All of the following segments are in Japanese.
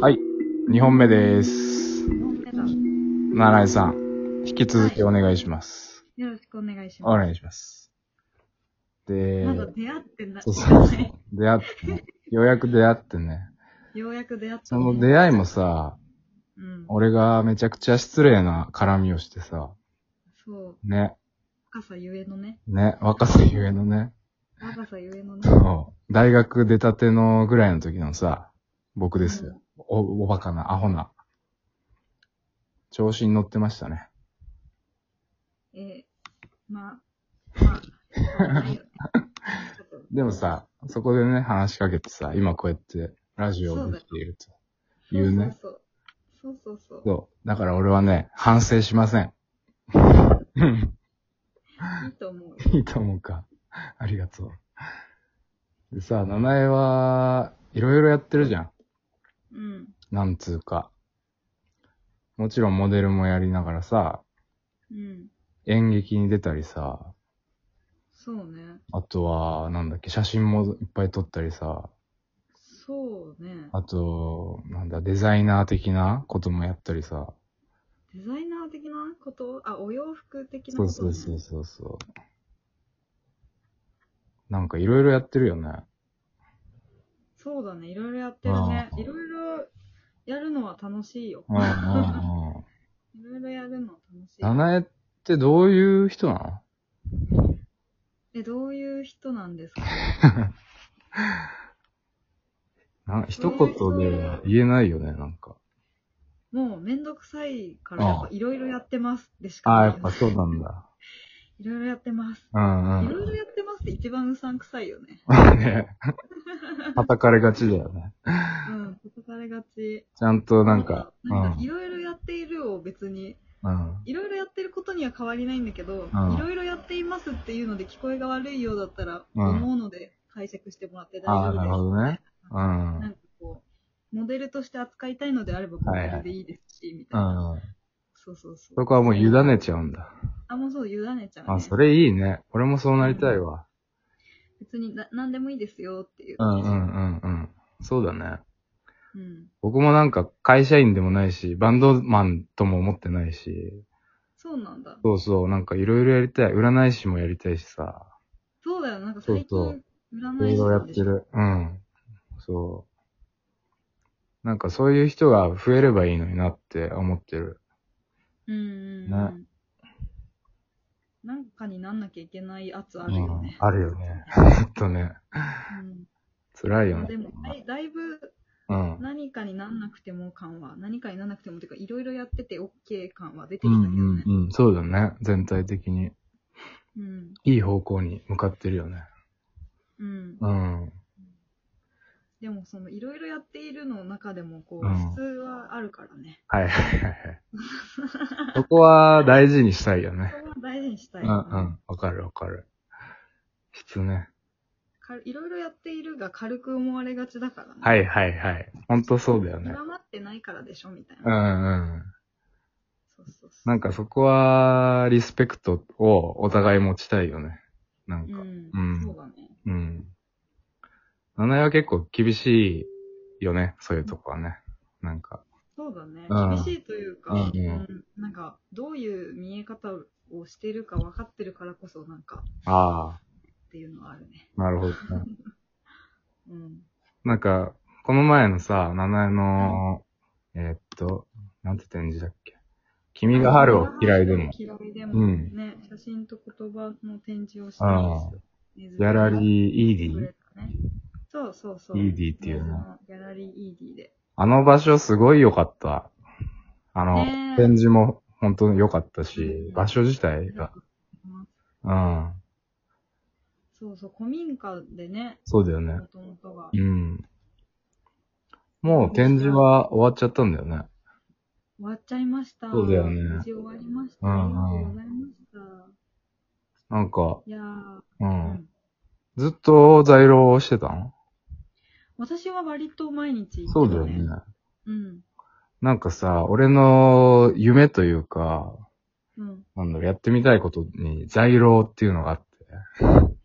はい、2本目です。七井さん、引き続きお願いします。よろしくお願いしおます。願いします。で、まだ出会ってなそうそうい。出会ってね、ようやく出会ってね、ようやく出会った。その出会いもさ、うん。俺がめちゃくちゃ失礼な絡みをしてさ、そう。ね、若さゆえのね。ね、若さゆえのね、若さゆえのね。そう 大学出たてのぐらいの時のさ、僕ですよ。お、おバカな、アホな。調子に乗ってましたね。えー、まあ、まあ、しょうがないよねちょっとでもさ、そこでね、話しかけてさ、今こうやってラジオをできているというね。そうそうそう。そうそうそう。そう。だから俺はね、反省しません。いいと思うよ。いいと思うか。ありがとう。でさ、名前はいろいろやってるじゃん。うん。なんつうか。もちろんモデルもやりながらさ、うん。演劇に出たりさ、そうね。あとは、なんだっけ、写真もいっぱい撮ったりさ、そうね。あと、なんだ、デザイナー的なこともやったりさ、デザイナー的なことあ、お洋服的なこそと、うね、そうそうそうそう。なんかいろいろやってるよね。そうだね。いろいろやってるねあ。ーいろいろやるのは楽しいよ。うん うんうん。いろいろやるの楽しい。七重ってどういう人なえ、どういう人なんですかのな一言では言えないよね、なんか。もうめんどくさいから、あやっぱいろいろやってますでしああ、やかっなぱそうなんだ。い。いろいろやってます。うんいうろいろん。やってますって一番うさんくさいよ ね。ね叩かれがちだよね。うん、叩かれがち。ちゃんとなんか、うなんかいん。ろいろやっているを別に、うん。いろいろやってることには変わりないんだけど、うんいろいろやっていますっていうので聞こえが悪いようだったら、うん思うので解釈してもらって大あ丈あ、夫なでるす。ほどね。うなんん。かこう、モデルとして扱いたいのであればモデルでいいですし、みたういな。ん。そうそうそう。そこはもう委ねちゃうんだ。あ、もうそう、委ねちゃう、ね。あ、それいいね。俺もそうなりたいわ。別にな何でもいいですよっていう。うんうんうんうん。そうだね。うん。僕もなんか会社員でもないし、バンドマンとも思ってないし、そうなんだ。そうそう、なんかいろいろやりたい。占い師もやりたいしさ、そうだよ、なんかそう最近、そう占いろいい師ろやなっんでてしょる。うん。そう。なんかそういう人が増えればいいのになって思ってる。うんうんうん。なんかになんなきゃいけない圧あるよね。うんあるよね。 ちょっとね、うん辛いよまあで。ねもだい、だいぶうん。何かになんなくても感は、何かになんなくてもっていうか、いろいろやってて OK 感は出てうきたんけどね。うんうん。そうだね。全体的に。うん。いい方向に向かってるよね。うん。うん。でも、その、いろいろやっているの中でも、こうう、ん質はあるからね。はいはいはいはい。そこは大事にしたいよねそ。こは大事にしたい。うんうん。わかるわかる。質ね。かいろいろやっているが軽く思われがちだからね。はいはいはい。ほんとそうだよね。極まってないからでしょみたいうな。んうん。そうそうそう。なんかそこは、リスペクトをお互い持ちたいよね。なんうか。ん、うんそうだね。うん。七重は結構厳しいよね。そういうとこはね。なんか。そうだね。うん厳しいというか、うんうんうんなんか、どういう見え方をしてるか分かってるからこそ、なんか、あっていうのはあるね。あ、なるほどね。うん。なんか、この前のさ、七重の、えーっと、なんて展示だっけ。君が春を嫌いでも。嫌いでも、うんね、写真と言葉の展示をしてああギギャラリー ED? そうそうそう。 ED っていうのギャラリー ED で。あの場所すごい良かった。あの、ねえ展示も本当に良かったしう、ん場所自体が。うん。そうそう、古民家でね、そうだよねも。ともとがう。ん。もう展示は終わっちゃったんだよね。終わっちゃいました。そうだよね無事終わりました。うあんりうんがとうございました。なんか、いやー、う。うんん、ずっと在廊をしてたの私は割と毎日行ってた、そうだよね。うん。なんかさ、俺の夢というか、うん。なんだろう、やってみたいことに在廊っていうのがあって、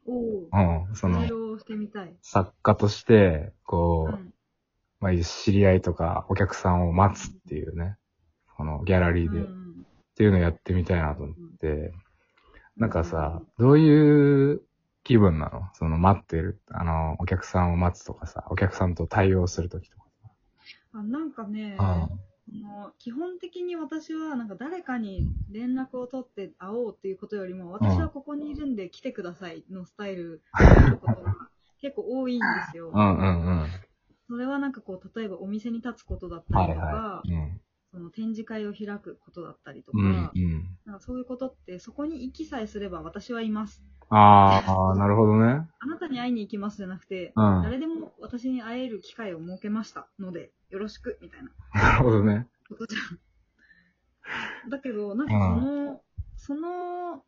おお。うん。その対、応してみたい。作家として、うこう、ん。まあ、知り合いとかお客さんを待つっていうね、このギャラリーで、っんていうのをやってみたいなと思って、なんかさ、どういう気分なのその待ってる、あの、お客さんを待つとかさ、お客さんと対応するときとか。あなんかね、ああの基本的に私はなんか誰かに連絡を取って会おうっていうことよりも私はここにいるんで来てくださいのスタイ ルのことが結構多いんですよ。あうんうんうん。それはなんかこう例えばお店に立つことだったりとか、はいうん。その展示会を開くことだったりとか、うんうん。なんかそういうことってそこに行きさえすれば私はいます。あーあー、なるほどね。あなたに会いに行きますじゃなくて、うん。な誰でも私に会える機会を設けましたのでよろしくみたいな。るほどね。ことじゃん。だけど、なんかその、その、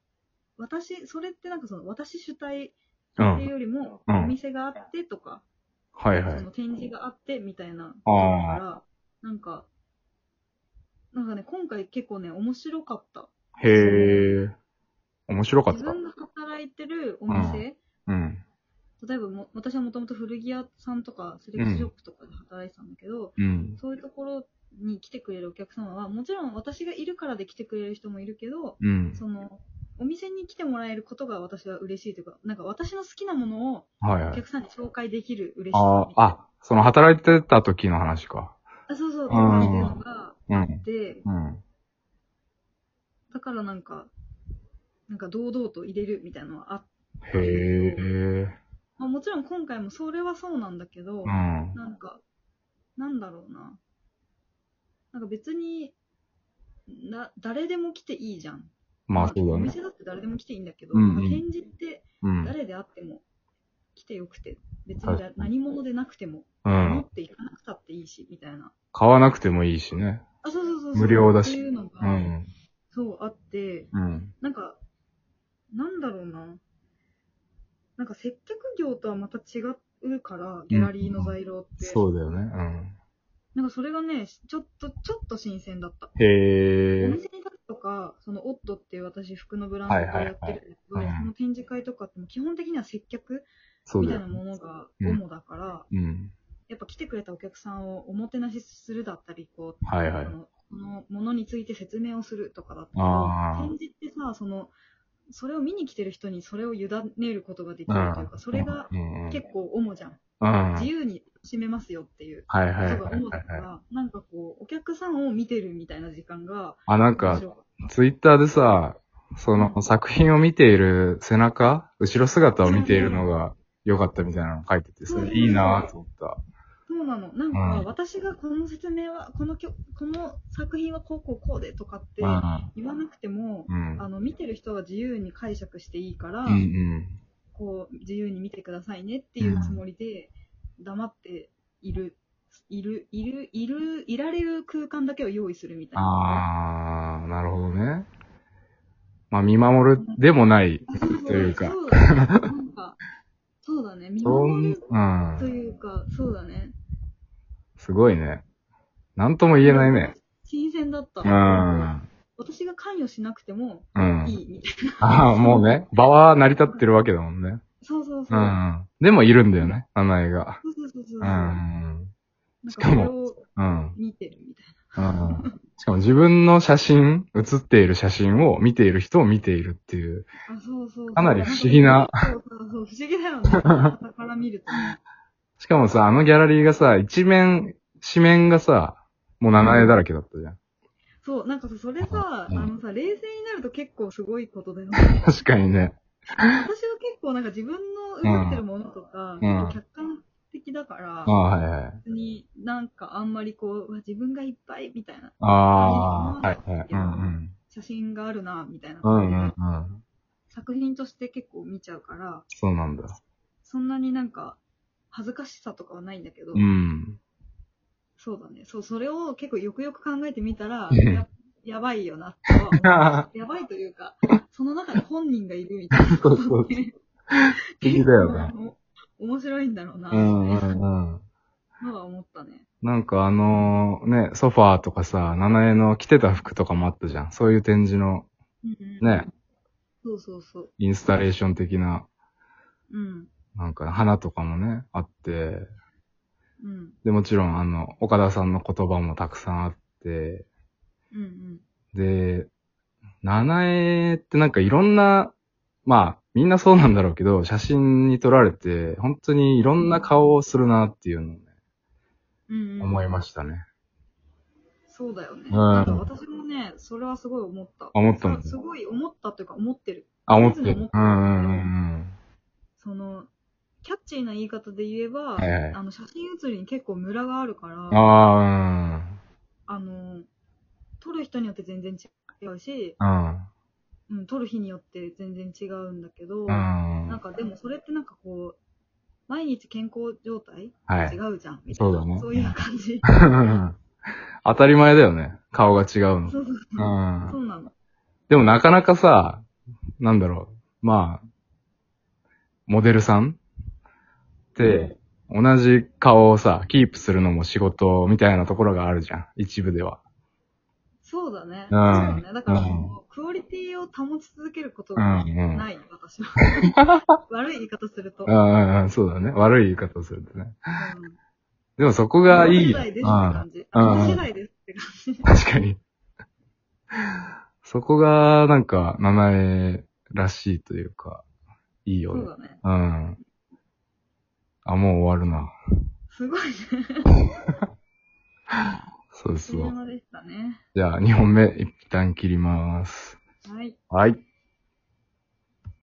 私、それってなんかその、私主体ってう。いうんよりも、うんお店があってとか、はいはそい。の展示があってみたいなことだからあ、なんか、なんかね、今回結構ね、面白かった。へえ。面白かっ自た。分が働いてるお店、うん。例えばも私はもともと古着屋さんとか、セレクトショップとかで働いてたんだけど、うん。そういうところに来てくれるお客様は、もちろん私がいるからで来てくれる人もいるけど、うん。そのお店に来てもらえることが私は嬉しいというか、なんか私の好きなものをはいはおい。客さんに紹介できる嬉しさみああ、たいな。あ、その働いてた時の話か。あ、そうそう、んとかっていうのがうん。で、うん。だからなんか、なんか堂々と入れるみたいなのはあ、へえ。まあ、もちろん今回もそれはそうなんだけど、うん。なんか、なんだろうな。なんか別に、な、誰でも来ていいじゃん。まあそうおだね。店だって誰でも来ていいんだけど、うんうんまあ展示ってうん。誰であっても来てよくて、別はにいだ何者でなくてもう持んっ。ていかなくたっていいし、みたいな。買わなくてもいいしね。あ、そうそうそうそう。無料だしっていうのが、うん。そうあって、うん。なんか、なんだろうな。なんか接客業とはまた違うから、ギャラリーの材料って。そうだよね。うん。なんかそれがね、ちょっと、ちょっと新鮮だった。おへえ。店に立つとか、そのオッドっていう私服のブランドをやってるんだけど、はいはいはいうんその展示会とかっても基本的には接客そうみだたいなよね。ものがうん主だから、うん。やっぱ来てくれたお客さんをおもてなしするだったり、こう、はいはいそ。のこのものについて説明をするとかだったあら、ー展示ってさ、その、それを見に来てる人にそれを委ねることができるというか、それがうん。うん。結構主じゃん。うん自由に楽しめますよっていうはいはいこはいとが主だはいはかい。ら、なんかこう、お客さんを見てるみたいな時間が、あ、なん面か、白かっツイッターでさ、その作品を見ている背中、後ろ姿を見ているのが良かったみたいなの書いてて、それいいなぁと思った。たそうなの。なんうんか、私がこの説明は、このきょこの作品はこうこうこうでとかって言わなくても、うん。あの、見てる人が自由に解釈していいから、うんうん。こう、自由に見てくださいねっていうつもりで、黙っている、いる、いる、いる、いられる空間だけを用意するみたいな。あー、なるほどね。まあ見守るでもない。そうそうというかそうだね。なんか、そうだね。見そ守んるうんと。いうか、そうだね。すごいね。なんとも言えないね。。新鮮だった。うん。私が関与しなくてもうん。いいみたいな。ああ、もうね、場は成り立ってるわけだもんね。そうそうそうう。ん。でもいるんだよね、名前が。そうそうそうそう。うなんん。かそれをうん。見てるみたいうんしかも自分の写真、写っている写真を見ている人を見ているっていう。な。あ、そうそうそう。かなり不思議な。そうそうそう。不思議だよね。傍から見るとね。しかもさ、あのギャラリーがさ、一面、紙面がさ、もう名前だらけだったじゃん。そう、なんかさ、それさ、うんあのさ、冷静になると結構すごいことだよね。確かにね。私は結構なんか自分の映ってるものとか、うん結構客観的だからあ、あ、はいはい。別になんかあんまりこう、うわ自分がいっぱいみたいな、ああ、はいはい。うん写真があるな、みたいな、うん。うんうんうん。作品として結構見ちゃうから、そうなんだ。そんなになんか恥ずかしさとかはないんだけど、うん。そうだね。そう、それを結構よくよく考えてみたらう、んややばいよな、とは思った。 やばいというか、その中に本人がいるみたいな。そうそう。不思議だよね。ね。 面白いんだろうな、うんうんうん。のは思ったね。なんかあのね、ソファーとかさ、七重の着てた服とかもあったじゃん。そういう展示のね。そうそうそう。インスタレーション的なうん。なんか花とかもね、あって、うん。で、もちろん、あの、岡田さんの言葉もたくさんあって、うんうん。で、七重ってなんかいろんな、まあ、みんなそうなんだろうけど、写真に撮られて、本当にいろんな顔をするなっていうのをね、うんうん、思いまししたね。た。そうだよね。んなんか私もね、それはすごい思った。思ったもんすごい思ったというか、思ってる。あ、思っていつも思るっ。てうるんうんうんその、キャッチーな言い方で言えば、はいはいあの写真写りに結構ムラがあるかうん。ら、ああの、撮る人によって全然違うし、あ、うん。うん、撮る日によって全然違うんだけど、う。なんうん。かでもそれってなんかこう、毎日健康状態、は違い。うじゃん、みたいそうな。だねそういう感 じ。当たり前だよね。顔が違うの。そうそううそう。ん。そうなの。でもなかなかさ、なんだろう、まあ、モデルさんって、同じ顔をさ、キープするのも仕事みたいなところがあるじゃん。一部では。そうだね。そうんうだね。だから、うんもうクオリティを保ち続けることうんがうん。ない、私は。 悪い言い方すると。うんうん、そうだね。悪い言い方をするとね。うんでもそこがいい。私次第ですってうん感じ。うんうん私次第ですって感じ。確かに。そこが、なんか、名前らしいというか、いいよそうね。だね。うん。あ、もう終わるな。すごいね。そうそう。山でしたね。じゃあ、2本目、一旦切ります。はい。はい。